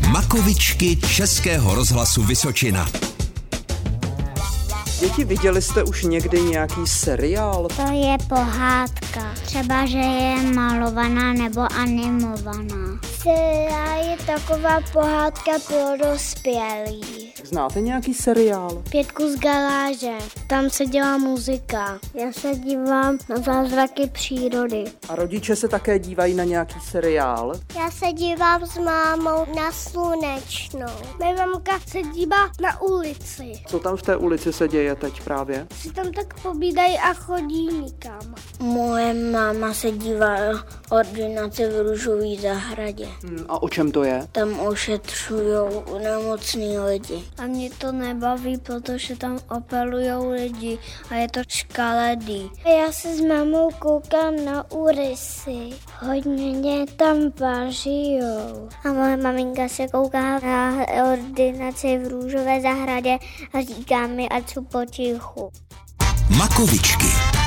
Vlakovičky Českého rozhlasu Vysočina. Děti, viděli jste už někdy nějaký seriál? To je pohádka. Třeba, že je malovaná nebo animovaná. Seriál je taková pohádka pro dospělí. Znáte nějaký seriál? Pětku z garáže. Tam se dělá muzika. Já se dívám na zázraky přírody. A rodiče se také dívají na nějaký seriál? Já se dívám s mámou na slunečnou. Moje mamka se dívá na ulici. Co tam v té ulici se děje teď právě? Si tam tak pobídají a chodí nikam. Moje máma se dívá ordinace v růžové zahradě. Hmm, a o čem to je? Tam ošetřují nemocný lidi. A mě to nebaví, protože tam opelují lidi a je to škaledý. Já se s mamou koukám na úrysy. Hodně mě tam pažijou. A moje maminka se kouká na ordinaci v růžové zahradě a říká mi, ať jsou potichu. Makovičky.